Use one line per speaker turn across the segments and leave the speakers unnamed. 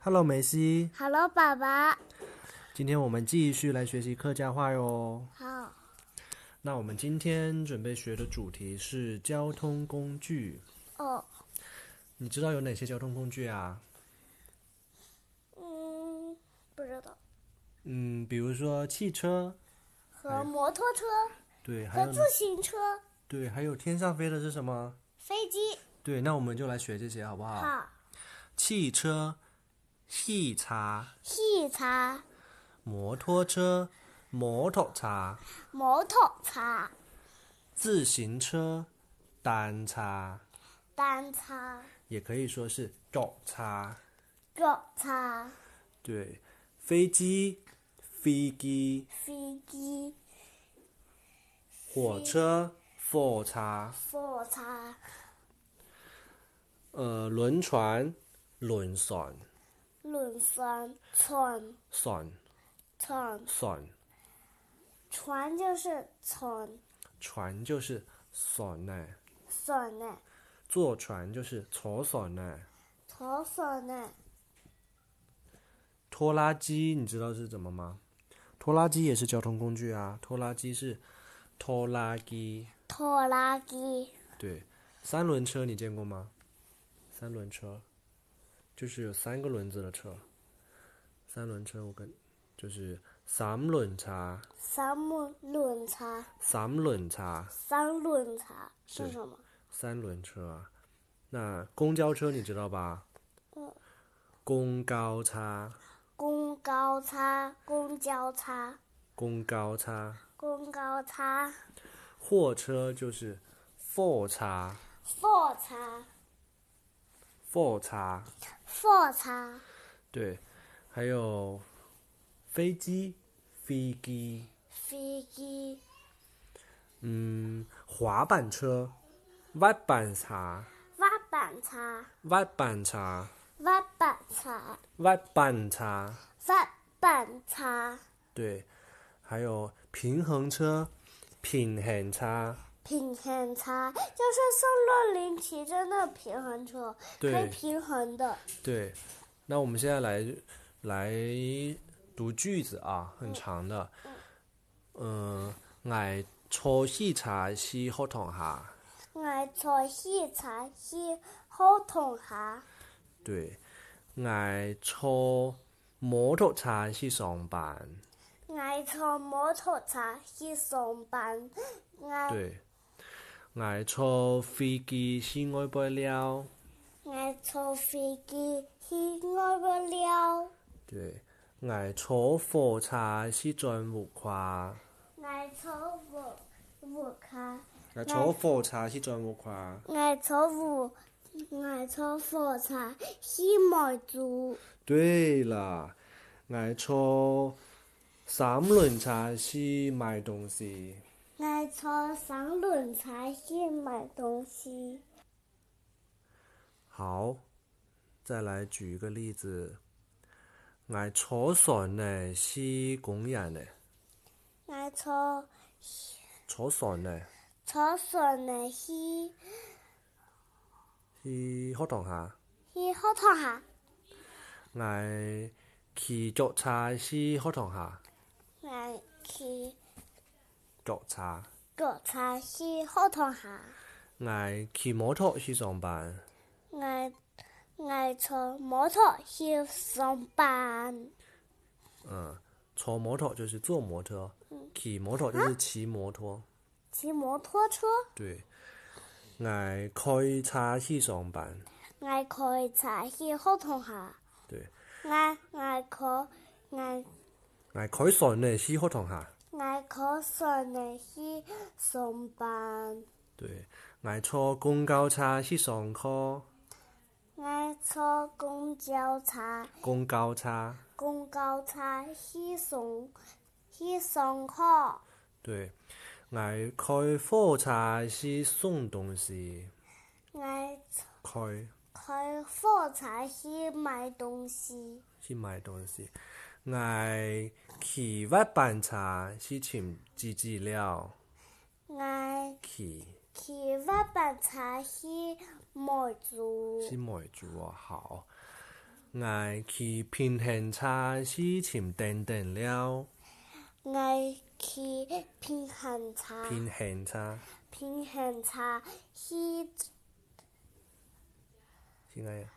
Hello，梅西，
Hello，爸爸。
今天我们继续来学习客家话哟。
好，
那我们今天准备学的主题是交通工具。
哦，
你知道有哪些交通工具啊？
嗯，不知道。
嗯，比如说汽车，
和摩托车、
对，还有呢
和自行车、
对，还有天上飞的是什么？
飞机。
对，那我们就来学这些好不好？
好，
汽车、汽茶、
汽车、
摩托车、摩托茶、
摩托车、
自行车、单车，
单车、
也可以说是脚车。
脚车、
对，飞机、飞机、
飞机、
火车、火车，
火车、
呃，轮船、轮船、
轮船、船、
船、
船、
船，
船就是船，
船就是船呢、
船呢，
坐船就是坐船呢、
坐船呢，
拖拉机你知道是怎么吗？拖拉机也是交通工具啊，拖拉机是拖拉机。
拖拉机、
对，三轮车你见过吗？三轮车就是有三个轮子的车，三轮车我跟就是三轮车，
三木轮车、
三轮车，
三轮车
对
是什么？
三轮车啊。那公交车你知道吧？
嗯。
公交车，
公交车、公交车、
公交车，
公交车、
货车就是货车，
火车、
货车。
火车、
对，还有飞机，飞机，
飞机、
嗯，滑板车，滑板车，
滑板车、
滑板车，
滑板车、
滑板车，
滑板车、
对，还有平衡车，平衡车，
平衡车，就是宋若琳骑着那平衡车，可以
对
平衡的。
对。那我们现在来来读句子啊，很长的。嗯，爱初喜茶是学堂下。
我坐汽车去好同下，
对，挨坐摩托车去上班。
我坐摩托车去上班，我
对，挨坐飞机去外边了。
我坐飞机去外国了。
对，挨坐火车去转五块。
爱草五五卡，
挨坐火车去转五块。
爱草五，爱草火车去满足，
对啦，挨坐三轮车去买东西。
爱草三轮车去买东西。
好，再来举一个例子。挨坐船呢去公园呢，
爱草
坐船呢。
草船呢去
去学堂下，
去学堂下，
挨骑脚车去学堂下，
爱去
脚车，
脚车去学堂下，
挨骑摩托去上班，
爱爱坐摩托去上班，
嗯，坐摩托就是坐摩托，骑摩托就是骑摩托，
骑摩托车，
对，挨开车去上班，
爱开车去学堂下。
对，
我我可我
挨开船呢去学堂下，
我可上嚟去上班，
对，挨坐公交车去上课，
我坐公交车、
公交车，
公交车去上去上课，
对，挨开火车去送东西，
我
开。
开火车去买东西，
去买东西。我去滑板车是前几几了，
我
去
骑滑板车去满
是
足，
买住啊好。捱其偏行差，思前定定了，
捱其平衡差，
偏行差
平衡差，喜
是那样。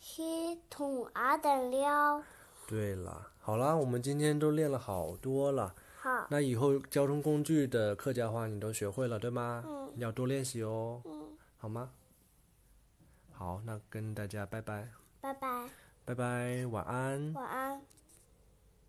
喜同阿等了。
对了，好啦，我们今天都练了好多了。
好，
那以后交通工具的客家话你都学会了，对吗？
嗯。
要多练习哦，
嗯，
好吗？好，那跟大家拜拜，
拜拜，
拜拜，晚安。
晚安。